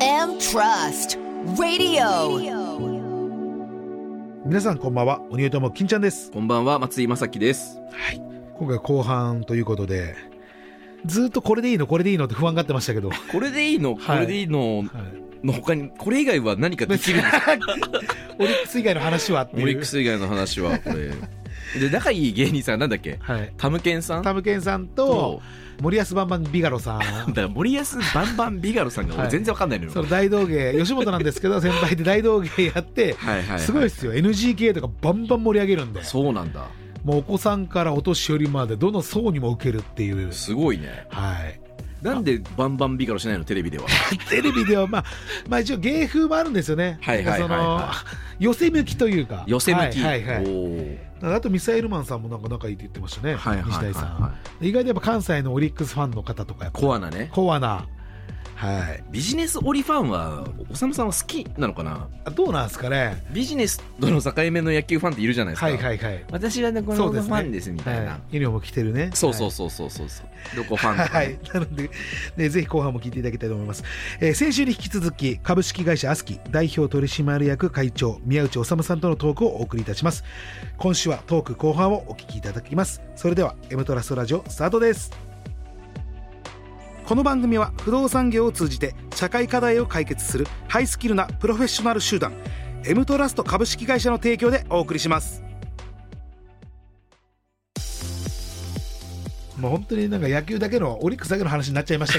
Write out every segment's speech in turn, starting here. FM Trust Radio. 皆さんこんばんは鬼とも金ちゃんですこんばんは、松井正樹です。はい今回後半ということでずーっとこれでいいのこれでいいのって不安がってま したけど、はこれでいいの、はいこれでいいのい、の他に、これ以外は何かできるんですかオリックス以外の話はってオいうリックス以外の話は、これ。 で、仲いい芸人さんなんだっけはいタムケンさんタムケンさんとと、森保バンバンビガロさ だんから森保バンバンビガロさんがは俺い全然わかんないのよ。その大道芸吉本なんですけど先輩で大道芸やってはいはすごいですよ NGK とかバンバン盛り上げるんでそうなんだ。もうお子さんからお年寄りまでどの層にも受けるっていうすごいね。はいなんでバンバンビガロしないのテレ ビでは。テレビではまあ、まあ一応芸風もあるんですよね。はいはいはいはいなんかその、寄せ向きというか。寄せ向き。はいはいはいおーあとミサイルマンさんもなんか仲いいって言ってましたね。はいはいはい西谷さんは。意外とやっぱ関西のオリックスファンの方とかやっい。ぱコアなね。コアな。はい。ビジネスオリファンは、おさむさんは好きなのかなあどうなんですかね。ビジネスとの境目の野球ファンっているじゃないですか。はいはいはい。私はね、このそうフですねァンですみたいなは。い、ユニフォーム着てるね。そうそうそそうそうそうそう。どこファンとかはねい。なので、ね、ぜひ後半も聞いていただきたいと思います。えー先週に引き続き、株式会社アスキ代表取締役会長、宮内修さんとのトークをお送りいたします。今週はトーク後半をお聞きいただきます。それでは、M トラストラジオスタートです。この番組は不動産業を通じて社会課題を解決するハイスキルなプロフェッショナル集団 M トラスト株式会社の提供でお送りします。もう本当になんか野球だけのオリックスだけの話になっちゃいました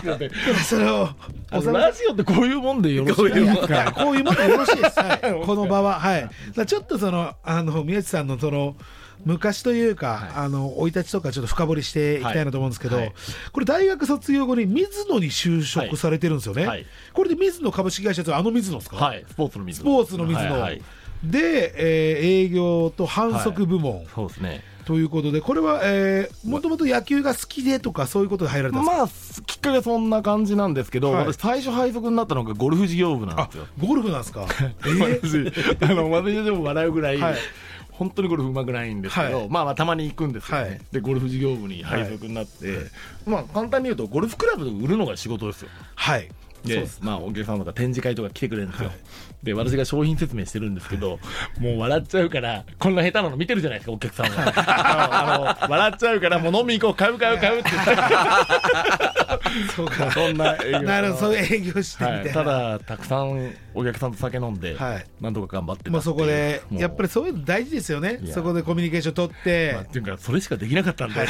け どでもそれをあのおラジオってこういうもんでよろしいこういうもんかこういうもんでよろしい です、はい、この場ははいだからちょっとそのあの宮地さんのその昔というか、あの生い立ちとかちょっと深掘りしていきたいなと思うんですけど、はいはいこれ大学卒業後に水野に就職されてるんですよね、はいはいこれで水野株式会社ってあの水野ですか、はい、スポーツの水ス野。ポーツの水野、はいはいで、えー営業と反則部門そうですね。ということで、これは、えー、もともと野球が好きでとかそういうことで入られたんですか、まあ、きっかけそんな感じなんですけど、はい私、最初配属になったのがゴルフ事業部なんですよ。ゴルフなんです かえー私、 あの、私でも笑うぐらい、はい本当にゴルフ上手くないんですけど、はいまあまあ、たまに行くんですよね、はいで、ゴルフ事業部に配属になって、まあ、簡単に言うと、ゴルフクラブを売るのが仕事ですよ。はいでまあ、お客様とか展示会とか来てくれるんですよ、で私が商品説明してるんですけど、もう笑っちゃうから、こんな下手なの見てるじゃないですか、お客さんは。あのあの笑っちゃうから、もう飲み行こう、買う、買う、買うって言って、そうかそんな営業なるほど、そういう営業してみたいはい、な。ただ、たくさんお客さんと酒飲んで、はいなんとか頑張ってたっていうまあそこで、もうやっぱりそういうの大事ですよねい。やそこでコミュニケーション取っ、まあ、ってていうか、それしかできなかったんで、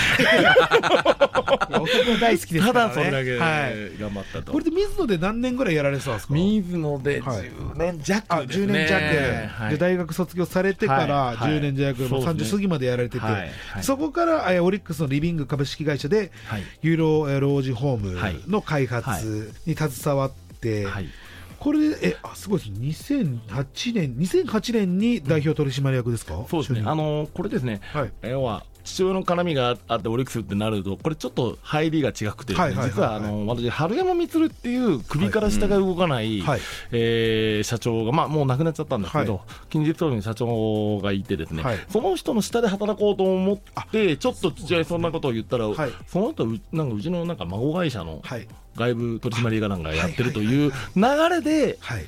男大好きですたからだね。それだけではい。頑張ったと。これで水野で何年ぐらいやられてたんですか水野ではい10年弱あ、ですね、 10年弱。はいで、大学卒業されてからはいはい10年弱、もうそうです30ね過ぎまでやられててはいは、いそこからえーオリックスのリビング株式会社ではい、ユーロえー老人ホームの開はい発に携わって、はいこれで、え、あ、すごいです。2008年、2008年に代表取締役ですかそうですね、就任あのーこれですね、はい要は父親の絡みがあって、オリックスってなると、これちょっと入りが違くて、はいはいはいはい実はあのー私、春山満っていう首から下が動かない、はいえー社長が、まあ、もう亡くなっちゃったんですけど、は近日当時に社長がいて、ですね、はいその人の下で働こうと思って、ちょっと父親にそんなことを言ったら、はいその人うなんかうちのなんか孫会社のはい。外部取締役かなんかやってるとはいいう流れで、はい。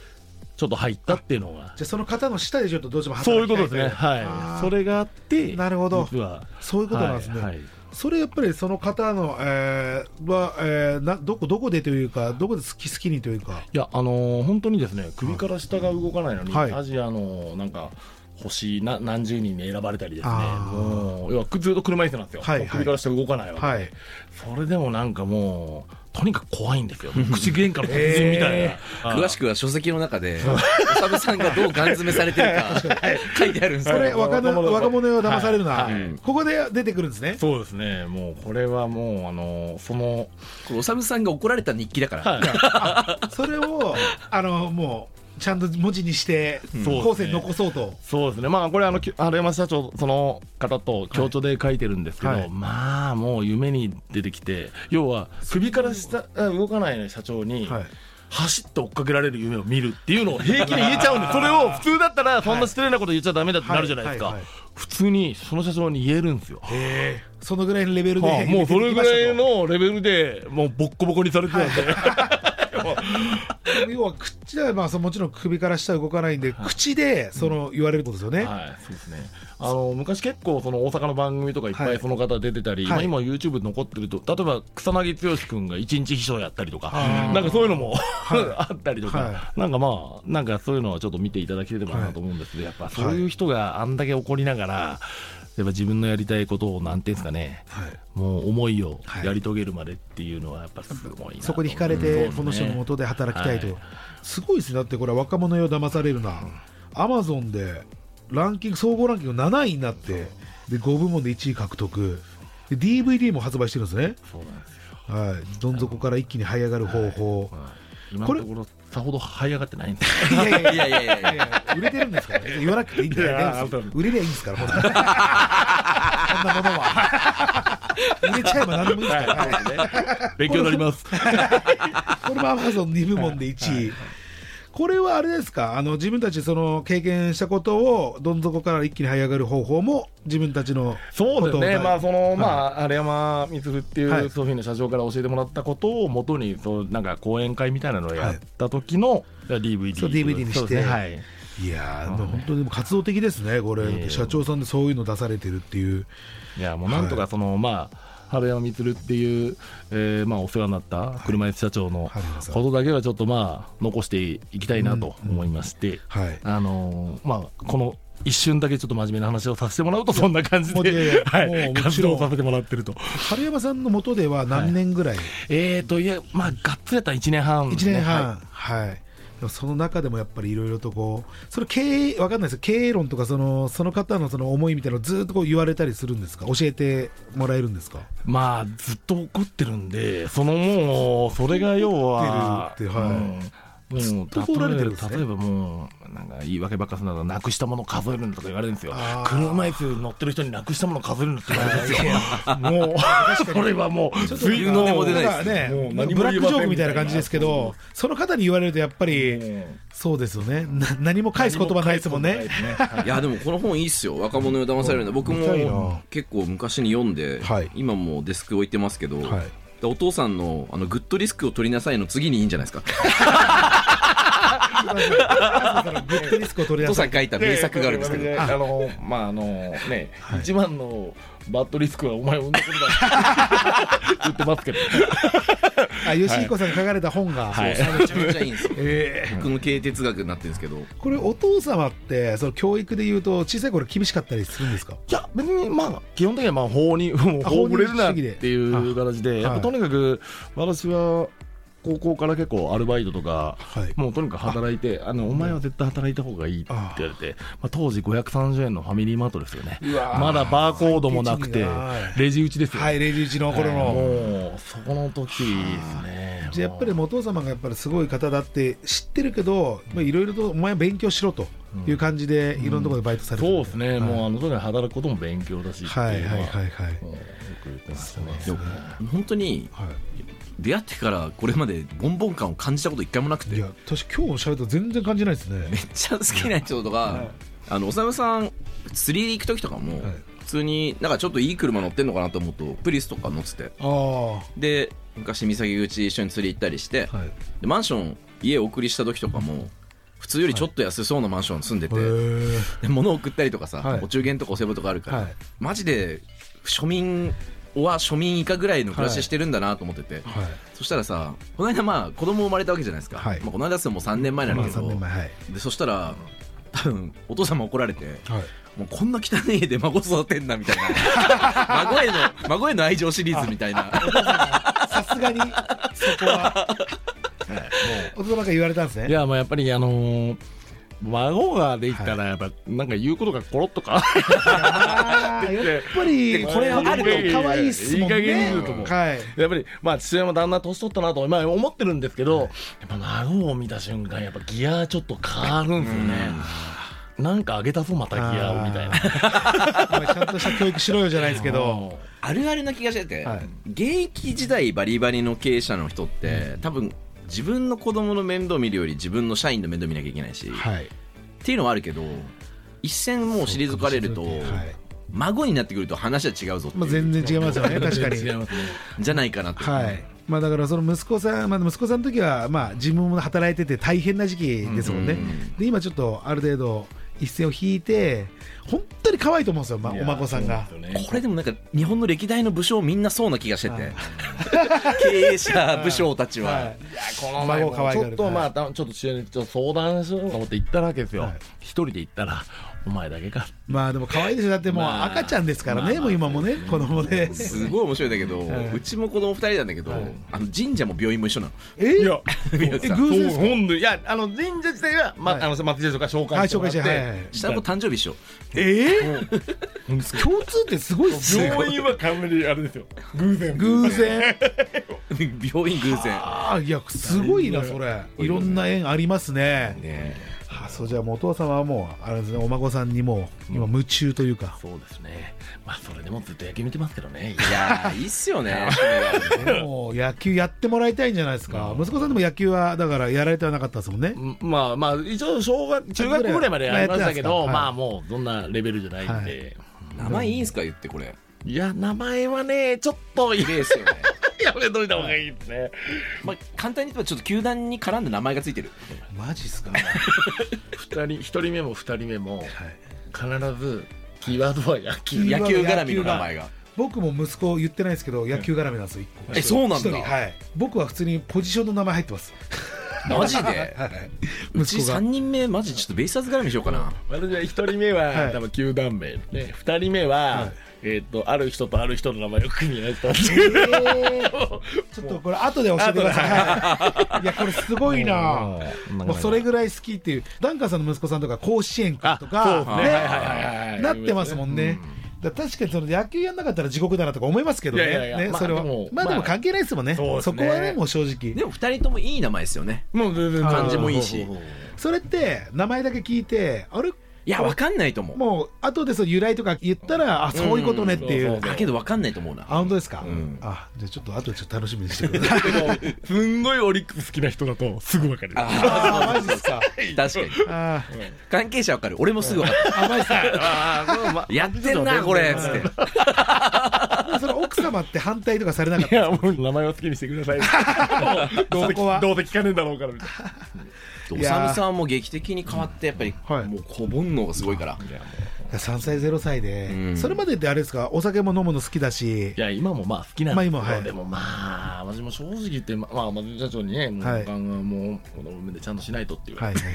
ちょっと入ったっていうのが。じゃあその方の下でちょっとどうしてもそうい働うきたこといですね。あはーい。それがあって、なるほど実は。そういうことなんですね。はいはいそれやっぱりその方の、えー、は、えー、などこどこでというかどこで好き好きにというか。いや、あのー本当にですね、首から下が動かないのに、はいアジアのなんか、星な何十人に選ばれたりですね、あーもう要はずっと車椅子なんですよ、はいはいもう首から下動かないわけで、はい。それでもなんかもう、とにかく怖いん ですよ、口喧嘩の達人みたいな、え詳しくは書籍の中で、おさむさんがどうガン詰めされてるか書いてあるんですそれよ。若者若者よ騙されるな、はいはいここで出てくるんですね。そうですね、もうこれはもう、あのーその、これおさむさんが怒られた日記だから。はいそれ をあのもうちゃんと文字にしてそう後世に残そうと。そうですね、まあ、これあの、き春山社長、その方と協調で書いてるんですけど、はいまあ、もう夢に出てきて、要は首から下あ動かない社長に、はい。走って追っかけられる夢を見るっていうのを平気で言えちゃうんです、それを普通だったら、そんな失礼なこと言っちゃだめだってなるじゃないはですいかはいはい、普通にその社長に言えるんですよ。えー、そのぐらいのレベルで、はあもうそれ出てぐきましたらといのレベルで、もうボッコボコにされてたんで、要は口ではまあそのもちろん首から下は動かないんで、口でその言われるってことですよね、はい、そうですね。あの昔結構その大阪の番組とかいっぱはいいその方出てたり、はいまあ今 YouTube 残ってると、例えば草薙剛君が一日秘書やったりとか、あーなんかそういうのも、い あったりとか、はなんかまあなんかそういうのはちょっと見ていただければなと思うんですけど、やっぱそういう人があんだけ怒りながら、やっぱ自分のやりたいことをなんていうんですかね、はいもう思いをはいやり遂げるまでっていうのはやっぱすごいなと思う。そこに惹かれそうてですねこの人のもとで働きたいと、はいすごいですねだってこれは若者よ騙されるなアマゾンでランキング総合ランキング7位になってで5部門で1位獲得で DVD も発売してるんですね、そうなんですよ。はい、どん底から一気に這い上がる方法、今このれところさほど這い上がってないんですい、やいやいやいやいやいやいやいや売れてるんです から、ね、言わなくていいんだいやよ本当に売れりゃいいんですから、本当に こんなものは。 売れちゃえば何でもいいですから、はい勉強になります。これも Amazon2 部門で1位。これはあれですかあの自分たちその経験したことをどん底から一気に這い上がる方法も自分たちのそうですことね、をまあその、まあ、荒山光っていう、はいソフィーの社長から教えてもらったことを元に、そうなんか講演会みたいなのをやった時の、DVD そう DVD にしてそうですねはい、いやーでも本当にでも活動的ですねこれ、ええ社長さんでそういうの出されてるっていういやもうなんとかその、まあ春山光っていう、えーまあ、お世話になった車椅子社長の春山さんことだけはちょっとまあ残していきたいなと思いまして、はいあのーまあこの一瞬だけちょっと真面目な話をさせてもらうとそんな感じもういやいでや、はい、もうもち活ろん動をさせてもらってると春山さんの元では何年ぐらい、えーといやまあがっつりやったら1年半、 1年はい半、はいでもその中でもやっぱりいろいろとこうそれ経営わかんないですよ経営論とかそのその方のその思いみたいなのをずっとこう言われたりするんですか教えてもらえるんですかまあずっと怒ってるんでそのもうそれが要怒はってるってはいうんもうずっと怒られてるんですね例えばもうなんか言い訳ばっかするならなくしたものを数えるんだとか言われるんですよあー車椅子乗ってる人になくしたものを数えるんだって言われるんですよもうそれはもうちょっとついとも出ないなんかねもう何も言えませんブラックジョークみたいな感じですけどその方に言われるとやっぱりうんそうですよねな何も返す言葉ないですもんねいやでもこの本いいっすよ若者に騙されるんだ僕見たいなも結構昔に読んで、はい今もうデスク置いてますけど、はいでお父さんのあのグッドリスクを取りなさいの次にいいんじゃないですか グッドリスクを取りお出父すさん書いた名作があるんですけどであのまああのね、一番のバッドリスクはお前を産んだことだ って言ってますけどあ吉彦さんが書かれた本が、はいそうめちゃめちゃいいん ですよええ僕の経営哲学になってるんですけどこれお父様ってその教育で言うと小さい頃厳しかったりするんですかいや別にまあ基本的にはまあ法 にもうあ法ぶれるなっていう形義主義ででやっはいぱとにかく私は高校から結構アルバイトとかはいもうとにかく働いてあのお前は絶対働いた方がいいって言われてまあ当時530円のファミリーマートですよねうわーまだバーコードもなくてはいレジ打ちですよはい、レジ打ちの頃の、もうそこの時ですねじゃあやっぱりお父様がやっぱりすごい方だって知ってるけどまあいろいろとお前は勉強しろという感じでいろんなところでバイトされてそうるですね、もうあの時に働くことも勉強だしってうのはいはいはいはいもうよく言ってましたねでも本当にはい出会ってからこれまでボンボン感を感じたこと一回もなくていや私今日喋ったら全然感じないですね めっちゃ好きな人とか、いあのおさむさん釣り行く時とかも、はい普通になんかちょっといい車乗ってんのかなと思うとプリウスとか乗っててああはで昔三崎口一緒に釣り行ったりして、いでマンション家お送りした時とかも普通よりちょっと安そうなマンション住んでて、へえで物を送ったりとかさ、はいお中元とかお歳暮とかあるから、はいマジで庶民は庶民以下ぐらいの暮らししてるんだなと思ってて、はいそしたらさこの間まあ子供生まれたわけじゃないですか、はいまあ、この間すもう3年前なんまだあけど、 3年前はいでそしたら多分お父様怒られてはいもうこんな汚い家で孫育てんなみ たいな孫への孫への愛情シリーズみたいなさすがにそこはお父様から言われたんですねいやまあやっぱりあのー孫ができたらやっぱなんか言うことがコロッとか あーやっぱりこれはあると可愛いっすもんねいい加減に言うと思うはいやっぱりまあ父親もだんだん年取ったなとまあ思ってるんですけど、やっぱ孫を見た瞬間やっぱギアちょっと変わるんですよね、なんか上げたぞまたギアをみたいなお前ちゃんとした教育しろよじゃないですけど あるあるな気がしてて、はい現役時代バリバリの経営者の人って多分自分の子供の面倒見るより自分の社員の面倒見なきゃいけないし、っはいていうのはあるけど一線もう退かれると、はい孫になってくると話は違うぞっていう、まあ、全然違いますよね、確か 全然違いに。ますねじゃないかなって、はい、まあ、だからその息子さん、まあ、息子さんの時はまあ自分も働いてて大変な時期ですもんね、うんうんうんで今ちょっとある程度一線を引いて本当に可愛いと思うんですよ、まあ、お孫さんがそうですよねこれでもなんか日本の歴代の武将みんなそうな気がしてはいて 経営者武将たちは、はいいやこの前も孫可愛ちがょるっとまあたちょっと父親にちょっと相談しようと思って行ったわけですよ、はい一人で行ったらお前だけかまあでも可愛いでしょだってもうまあ赤ちゃんですからね、まあもう今もね子供ですごい面白いんだけど、はいうちも子供二人なんだけど、はいあの神社も病院も一緒なの。えいや宮え司さん偶然ですそうか本当にいやあの神社自体は、まはいあの松井とか紹はい介してもら紹介って、してはいはい下の子誕生日一緒。ええ共通ってすごいっすね病院は冠あれですよ偶然偶 然病院偶然。ああいやすごいなそれいろんな縁ありますねねあそうじゃあもうお父様はもうあれですねお孫さんにもう今夢中というか、そうですねまあそれでもずっと野球見てますけどね いやーいいっすよ ね。でも野球やってもらいたいんじゃないですか、息子さんでも野球はだからやられてはなかったですもんね、うんまあまあ一応小学中学ぐらいまでやりましまたけあやってどたんですかはいまあもうそんなレベルじゃないんで、名前いいんすか言ってこれ。い、や名前はねちょっ と綺麗っすよね。やめといた方がいいですねまあ簡単に言えばちょっと球団に絡んで名前がついてる。マジっ すか、二人一人目も二人目も必ずキーワードは野球球野球絡みの名前が。僕も息子言ってないですけど野球絡みなんですよ一個えそうなんだ一人はい、僕は普通にポジションの名前入ってますマジで。はい、うち息子が三人目マジちょっとベイスターズ絡みしようかな。私は一人目は、はい多分球団名ね二人目は、はいえっ、とある人とある人の名前を組み合わせたっていう ちょっとこれ後で教えてください、 はい、いやこれすごいなもうそれぐらい好きっていうダンカーさんの息子さんとか甲子園かとかあそうですねはいはいはいはいなってますもんね、だから確かにその野球やんなかったら地獄だなとか思いますけどねいやいやいやねまあそれはでもまあでも関係ないですもんね,、そうですそねこはねもう正直でも二人ともいい名前ですよね。もう全然漢字もいいしそれって名前だけ聞いてあれいやわかんないと思う。もう後でその由来とか言ったらあそういうことねっていう,、うんそうそうだけどわかんないと思うな。あ本当ですか、んあじゃあちょっと後でちょっと楽しみにしてくだ さいすんごいオリックス好きな人だとすぐ分かるああマジですか 確かに。あ関係者わかる。俺もすぐわかる。ーあマジですかあそうまやってんなこれつって。でもその奥様って反対とかされなかっいたやもう名前を好きにしてくだ さいどうせそこはどうせ聞かねえんだろうからみたいおいやーさむさんも劇的に変わってやっぱりはいもう小煩悩がすごいから3歳0歳で、うんそれまでってあれですかお酒も飲むの好きだしいや今もまあ好きなんですけど、まあ今はいでもまあ私も正直言ってままあ松井社長にねもう、はいもう子供産んでちゃんとしないとっていう、はいはいはい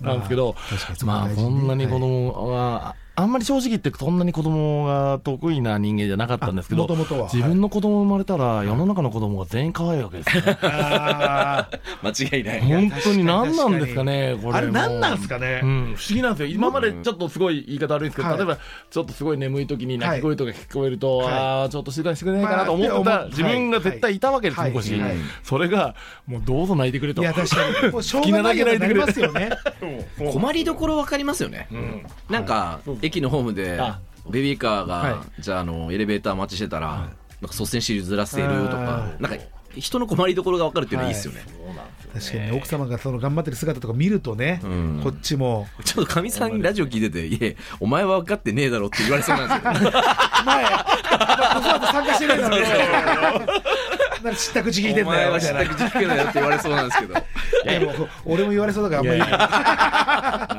なんですけど、まあ、そんなに子供は、あんまり正直言って、そんなに子供が得意な人間じゃなかったんですけど、あ元々は自分の子供生まれたら、世の中の子供が全員可愛いわけ です ね。あ間違いない本当に確何かなにんですかね、これ。あれ何なんですかねうん、不思議なんですよ。今までちょっとすごい言い方悪いんですけど、はい例えば、ちょっとすごい眠い時にはい泣き声とか聞こえると、はいああ、ちょっと静かにしてくれないかなと思ってまあたって思う自分が絶対いたわけです、はい昔はいはい。それが、もうどうぞ泣いてくれーと。いや確か にもうしょうがないようになりますよ ねもう困りどころ分かりますよねうんなんか駅のホームであベビーカはーがじゃああのエレベーター待ちしてたらなんか率先してずらせるとあかなんか人の困りどころが分かるっていうのはいいはでいすよねそうなんですよね確かに奥様がその頑張ってる姿とか見るとね、うんこっちもちょっとかみさんにラジオ聞いてて「いえお前は分かってねえだろ」って言われそうなんですけど前子育て参加してないだろうね なんか知った口聞いておんだ前よはみたい知ったな口聞けないよって言われそうなんですけどでも俺も言われそうだからあんまり言えない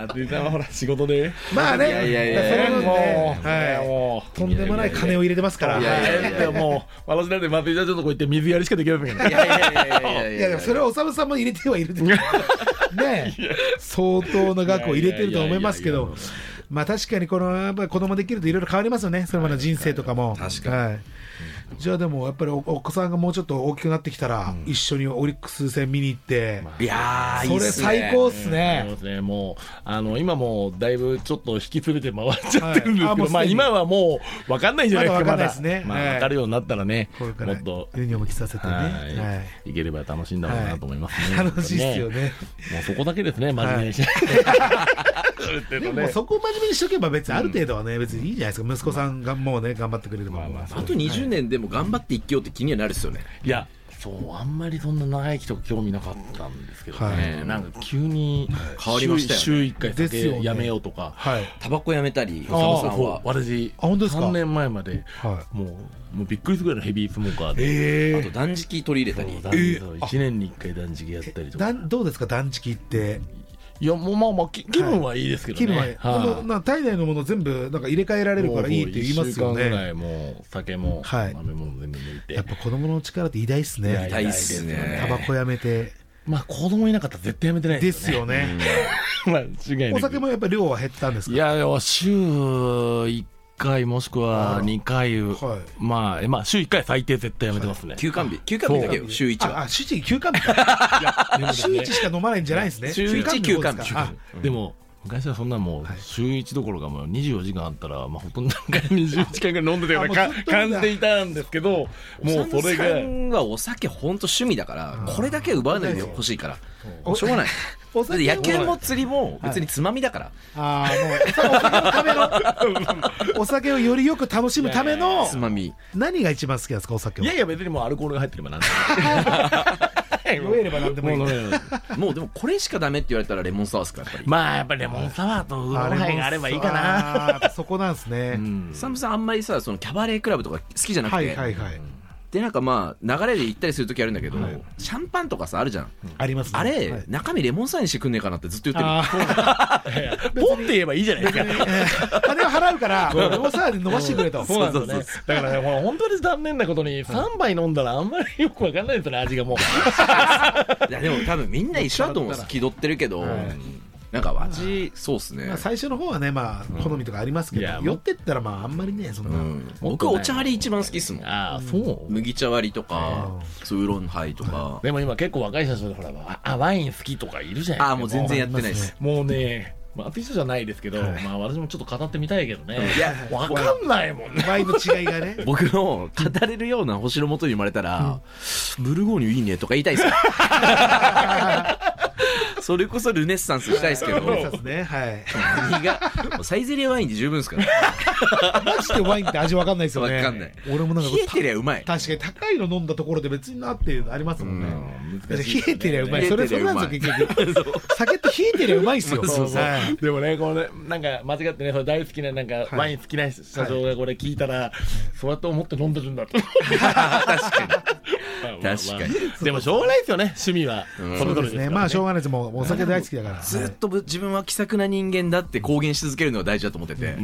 松井さんはほら仕事 でまあねいやいやいやそれもねもう、はもい、とんでもない金を入れてますからう。いやいはやいやいや、もう、私なんて松井社長のとこ行って水やりしかできませんからいやいやいやいやいいいやでもそれはおさむさんも入れてはいるでしょう ね相当な額を入れてると思いますけいやいどやいやいやいやまあ確かにこのやっぱり子供できるといろいろ変わりますよねそれまでの人生とかも確かにはい、じゃあでもやっぱりおお子さんがもうちょっと大きくなってきたら、一緒にオリックス戦見に行って、いやーいそいれっすね最高っすそうねですね、もう、あの、今もう、だいぶちょっと引き連れて回っちゃってるんですけど、はいあもうすでにまあ、今はもう、わかんないじゃないですか、ままだだ。わかんないですねまはいあ、わかるようになったらね、これかもらっと、ユニフォーム着させてねはい、、はいければ楽しいんだろうなと思いますね。い楽しいっすよね。もうそこだけですね、真面目にしない。でももうそこを真面目にしとけば別にある程度はね、別にいいじゃないですか息子さんがもうね頑張ってくれれば、まあまああと20年でも頑張って生きようって気にはなるっすよねいや、そうあんまりそんな長生きとか興味なかったんですけどね、はいなんか急に変わりましたよね週週1回ですよね酒やめようとか、はいタバコやめたり、あおあさむさんはそう。私あ本当ですか3年前まではもうもうびっくりするぐらいのヘビースモーカーで、あえと断食取り入れたり。そえーう1年に1回断食やったりえとかだんどうですか断食っていやもうまあまあき気分はいいですけどね、気分は、あいのな体内のもの全部なんか入れ替えられるからいいって言いますよもう一週間ぐらねいもう酒もはい飲み物全部抜いて、やっぱ子供の力って偉大っす偉ね痛いっすね。タバコやめてまあ子供いなかったら絶対やめてないでですすよよねね。 まあ違いなくお酒もやっぱ量は減ったんですいかやいや週1回もしくは2回、はいまあえまあ週1回最低絶対やめてますね。休館日。休館日だけよ、週1あは。あ週一休館日か週一しか飲まないんじゃないんですね週休館日一休の館方ですかでも昔はそんなもうはい週1どころかもう24時間あったら、まあ、ほとんどな んか20時間ぐらい飲んでたようなあかもうずっと飲んで感じでいたんですけどもうそれおさむさがんはお酒ほんと趣味だから、これだけは奪わないでほしいから。もうしょうがない。おだっ酒て野球も釣りも別につまみだから。ああもうお酒のためのお酒をよりよく楽しむためのつまみ。何が一番好きなんですかお酒いはやいや別にもうアルコールが入ってればなんでも酔 えれば何でもいいもう飲めないもうでもこれしかダメって言われたらレモンサワーっすか、やっぱり。まあやっぱりレモンサワーとウーロンハイがあればいいかな。なそこなんですね、うんサムさんあんまりさ、そのキャバレークラブとか好きじゃなくはいては、いはい、でなんかまあ流れで行ったりする時あるんだけど、はいシャンパンとかさあるじゃん、ありますねあれ、はい中身レモンサワーにしてくんねえかなってずっと言ってあるポンって言えばいいじゃないですか。ーえー金を払うからレモンサワーで飲ましてくれとそうなんですよね。だからね、ほら本当に残念なことに、3杯飲んだらあんまりよくわかんないですよね、味がもう。いやでも多分みんな一緒だと思うんです気取ってるけど、はいなんか味そうっすね、まあ、最初の方はねまあ好みとかありますけいど、や酔ってったらまああんまりねそんうな、ん、もっ僕とねお茶割り一番好きっすもんああ、そう麦茶割りとかそうウーロンハイとか、でも今結構若い人たちでほら、わあワイン好きとかいるじゃあなあいもうですか。全然やってないですもうね、まあ、あと人じゃないですけど、はいまあ私もちょっと語ってみたいけどね。いやわかんないもんね。ワインの違いがね僕の語れるような星のもとに生まれたら、ブルゴーニュいいねとか言いたい っすよそれこそルネッサンスしたいっすけどそうですねはい何がもうサイゼリヤワインで十分ですからマジでワインって味わかんないですよねわかんない俺もなんか冷えてりゃうまい確かに高いの飲んだところで別になっていうのありますもんね、だって難しいです冷えてりゃうまい。それ、それなんですよ、冷結局。酒って冷えてりゃうまいっすよ。そうそうはいでもね、このね、なんか間違ってね、その大好きな、なんか、いワイン好きな社長がこれ聞いたら、そうやって思って飲んでるんだと。 確かに。確かにでも、しょうがないですよね、趣味は。そそうれぞでれすですからね。ねまあ、しょうがないです。もう、お酒大好きだから。ずっとぶ自分は気さくな人間だって公言し続けるのが大事だと思ってて、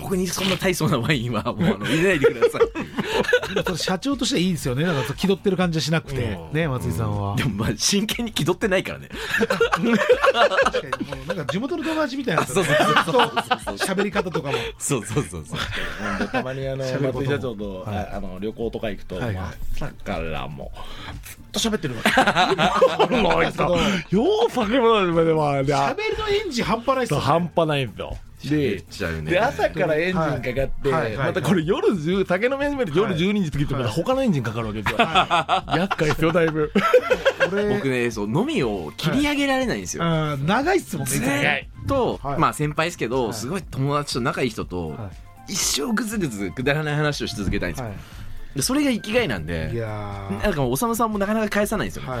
僕にそんな大層なワインはもうあの入れないでくださいっていう でもそれ社長としてはいいですよね。なんか、気取ってる感じはしなくて。うんね、松井さんはで。もまあ真剣に気取ってないからね確かに、もうなんか、地元の友達みたいな。ずそっうとそう喋り方とかも。そうそうそうそうたまにあ の喋ることも松井社長と、はいああの旅行とか行くと、はいまさからもうずっと喋ってるわけもう あいつらよう酒も飲んでまあで喋りのエンジン半端ないっすそうよ。半端ないんですよ喋っでちゃうねで朝からエンジンかかって、はいはいはいまたこれ夜10酒飲み始めて夜12時過ぎてまた他のエンジンかかるわけですよ、厄介ですよだいぶ俺僕ねそう飲みを切り上げられないんですよ、うん、長いっすもんねいつずもね。ーっと、はいまあ先輩ですけど、はいすごい友達と仲いい人と、は一生ぐずぐずくだらない話をし続けたいんですよ、はでそれが生きがいなんい。いでやなんかもうおさむさんもなかなか返さないんですよ、ー。はね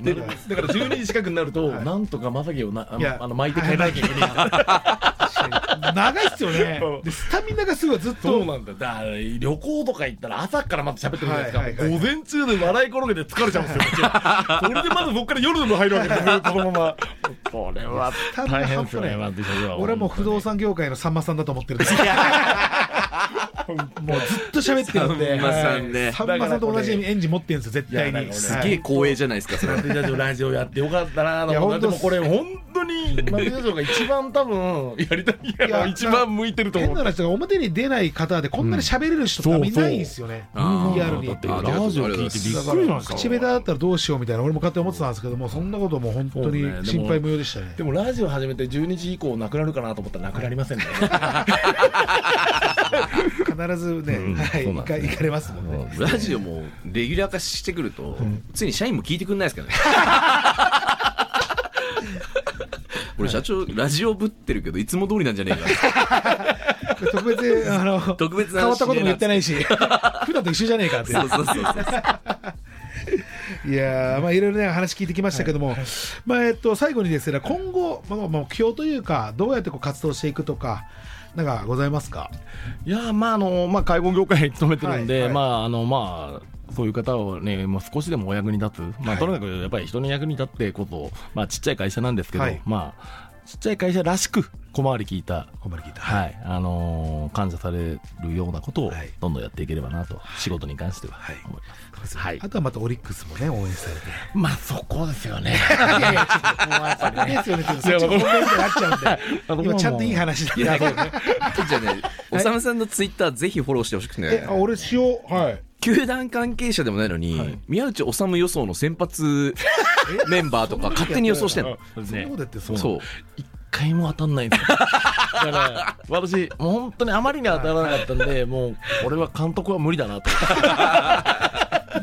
い。でだから12時近くになると、なんとかまさぎをなあいやのあの巻いて帰らなきゃいけない長いっすよ ねうん。で、スタミナがすごいずっそうと。なんだよだから旅行とか行ったら朝からまた喋ってるじゃないですか、はいはいはい午前中で笑い転げて疲れちゃ うんですよこっちはそれでまずそこから夜でも入るわけですよこのままこれは大変ですよねまず俺はもう不動産業界のさんまさんだと思ってるんで もうずっと喋ってるんでさんまさんねさんまさんと同じエンジン持ってるんですよ絶対いやになんかすげえ光栄じゃないですかそれは松井社長ラジオやってよかったなぁいやと思って本当っでもすこれ本当に松井社長が一番多分やりたいいやや一番向いてると思変うな人が表に出ない方でこんなに喋れる人ってあんまいないんですよねそうそうリアルにだだってありがとうラジオ聞いてびっくりしからました口下手だったらどうしようみたいな俺も勝手に思ってたんですけどもそんなこともう本当そうねでもに心配無用でしたねでもラジオ始めて12時以降なくなるかなと思ったらなくなりませんね必ずねはいそう行なんですか行かれますもんねラジオもレギュラー化してくると、ついに社員も聞いてくんないですからね。俺社長、ラジオぶってるけど、いつも通りなんじゃねえか。特別にあの特別な変わったことも言ってないし普段と一緒じゃねえかってそうそうそうそう。いやーまあいろいろね話聞いてきましたけども、まあえっと最後にですね今後、まあ、目標というかどうやってこう活動していくとかなんかございますかいやーまああのまあ介護業界に勤めてるんで、はいはいまああのまあそういう方をね、もう少しでもお役に立つ、まはあいとにかくやっぱり人の役に立ってこそ、まあちっちゃい会社なんですけど、はいまあちっちゃい会社らしく小回り聞いた。ここまで聞いた、はい、あのー感謝されるようなことをはいどんどんやっていければなと、仕事に関してははい思います。はい、あとはまたオリックスもね応援されてまあそこですよ ね。ですよねそっち本命みたいになっち ゃあうんので今ちゃんといい話なんいや、だだからじゃあね、おさむさんのツイッターぜひフォローしてほしくてえねあ。俺しようはい球団関係者でもないのに、はい宮内治予想の先発メンバーとか勝手に予想してんの。そうですそんなねことやってそそうう。一回も当たんないんですよだから私もう本当にあまりに当たらなかったんでもう俺は監督は無理だなと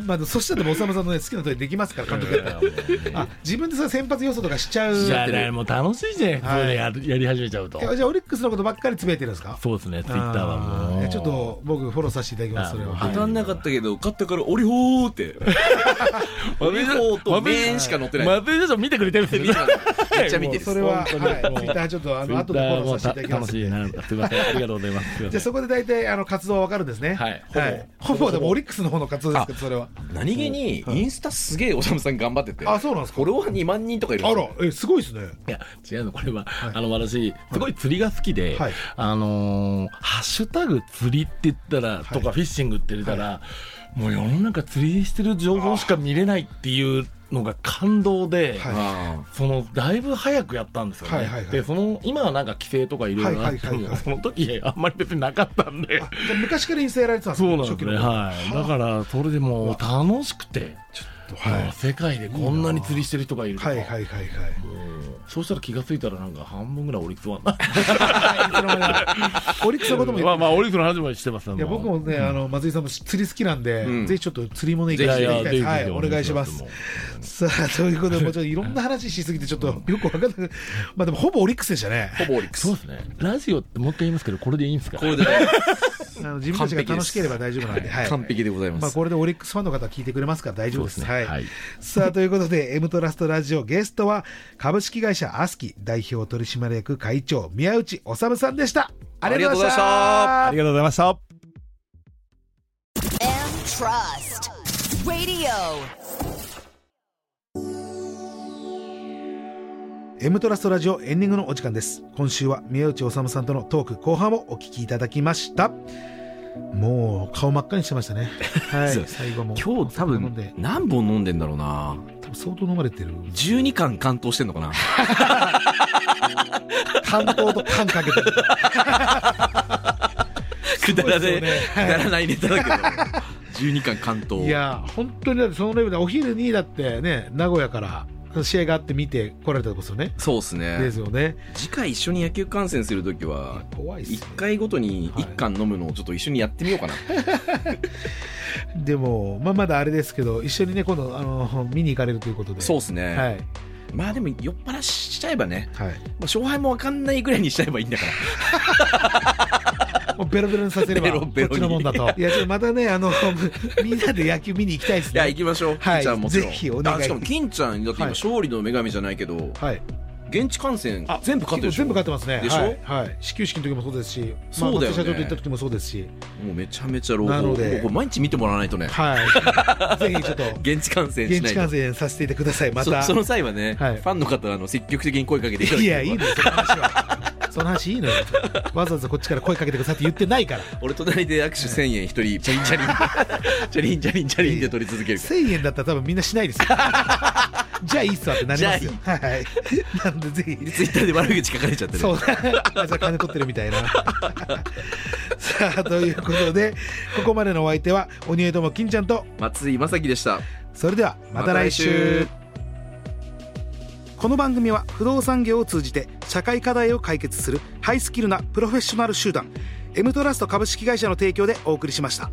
まあそしたらでもおさむさんのね好きな通りできますから監督やったらあ自分でさ先発予想とかしちゃうじゃえあねもう楽しいじゃん、はいそういうのやるやり始めちゃうとじゃあオリックスのことばっかりつぶやいてるんですかそうですねツイッターはあもーいうやちょっと僕フォローさせていただきますそれはあは当いたんなかったけど、勝ったから、オリホーって。オリホーとメーンしか乗ってない。まずいでしょ見てくれてるんですよめっちゃ見てる。それは、はい、ツイ本当にもうッターちょっ とあツイのッ後タでフォーローもさせたていただきま楽すしいなすいませんありがとうございますすいまじゃあせんそこで大体あの活動は分かるんですねはいほぼでもオリックスの方の活動ですけどそれは何気に、インスタすげえおさむさん頑張ってて。あそうなんですかフォロワー2万人とかいるあんですらよえすごいですねいや違うのこれは、あの私すごい釣りが好きで、はいあのーハッシュタグ釣りって言ったら、とかフィッシングって言ったら、もう世の中釣りしてる情報しか見れないっていうのが感動で、はいあそのだいぶ早くやったんですよね、はいはいはいでその今はなんか規制とかいろいろあっても、はいはいはいはいその時あんまり別になかったんであじゃあ昔からインスタやられてたんですそかうなんですね、はい、だからそれでもう楽しくて、はいもう世界でこんなに釣りしてる人がいるとかはいはいはいはいそうしたら気がついたらなんか半分ぐらいオリックスワンだ。オリックスのことも言まあってまあオリックスの話もしてますね。いや僕もねあの松井さんも釣り好きなんで、うんぜひちょっと釣り物行かいせやていいただきやたいですぜひぜひはいお願いしますさあということでもうちょっといろんな話しすぎてちょっとよく分かんなくまあでもほぼオリックスでしたねあ。ほぼオリックスそう。ですね。ラジオってもう一回言いますけどこれでいいんですか。これでねあの自分たちが楽しければ大丈夫なんで、はい完璧でございままあ、す。これでオリックスファンの方は聞いてくれますから大丈夫です。そうですねはい、はいさあ、ということで、M トラストラジオゲストは、株式会社アスキ代表取締役会長、宮内治さんでした。ありがとうございましあた。りがとうございました。 M Trust Radio. M トラストラジオエンディングのお時間です。今週は宮内治さんとのトーク後半をお聞きいただきました。もう顔真っ赤にしてま したね。はそうい、最後も。今日多飲んで分、何本飲んでんだろうな。多分相当飲まれてる。 12巻完投してんのかな。関東と缶かけてる。くそだらねえ、うですよねくだらないネタだけど 12巻関東いや本当にだってそのレベルでお昼にだってね名古屋から試合があって見て来られたとこですよね。そうですでねすよね。次回一緒に野球観戦するときは怖いっすね1回ごとに1巻飲むのをちょっと一緒にやってみようかな、でも、まあ、まだあれですけど一緒にね今度あの 見に行かれるということで。そうですね、はいまあでも酔っ払しちゃえばね、はい。まあ、勝敗も分かんないぐらいにしちゃえばいいんだからもうベロベロにさせれば ベロベロにこっちのもんだ と。いやちょっとまたねあの みんなで野球見に行きたいですいやね。行きましょう、はい金ちゃんもちろんぜひお願いあしかも金ちゃんだって今はい勝利の女神じゃないけど、はい。現地観戦全部勝ってるでしょ全部勝ってますね。でしょはい。はい始球式の時もそうですし、そうだまあよね松井社長と行った時もそうですし、もうめちゃめちゃ朗な報のもうこでれ毎日見てもらわないとね はい。ぜひちょっと現地観戦し現な地いと観戦させていただください。また。そその際はね、はいファンの方あの積極的に声かけていただいけれや、ばいいのよ、その話は。その話いいのよ。わざわざこっちから声かけてくださいって言ってないから。俺隣で握手1000円一人チャリンチャリンチャリンチャリンチャリンって取り続けるか1000円だったら多分みんなしないですよ。 じゃあいいっすわってなりますよ。はい。なんでぜらひ。ツイッターで悪口書かれちゃってそうる だ。じゃあ金取ってるみたいな。 さあ、ということで、ここまでのお相手は、鬼江とも金ちゃんと、松井正樹でしたそれではまた来週,、また来週この番組は不動産業を通じて社会課題を解決するハイスキルなプロフェッショナル集団 M トラスト株式会社の提供でお送りしました。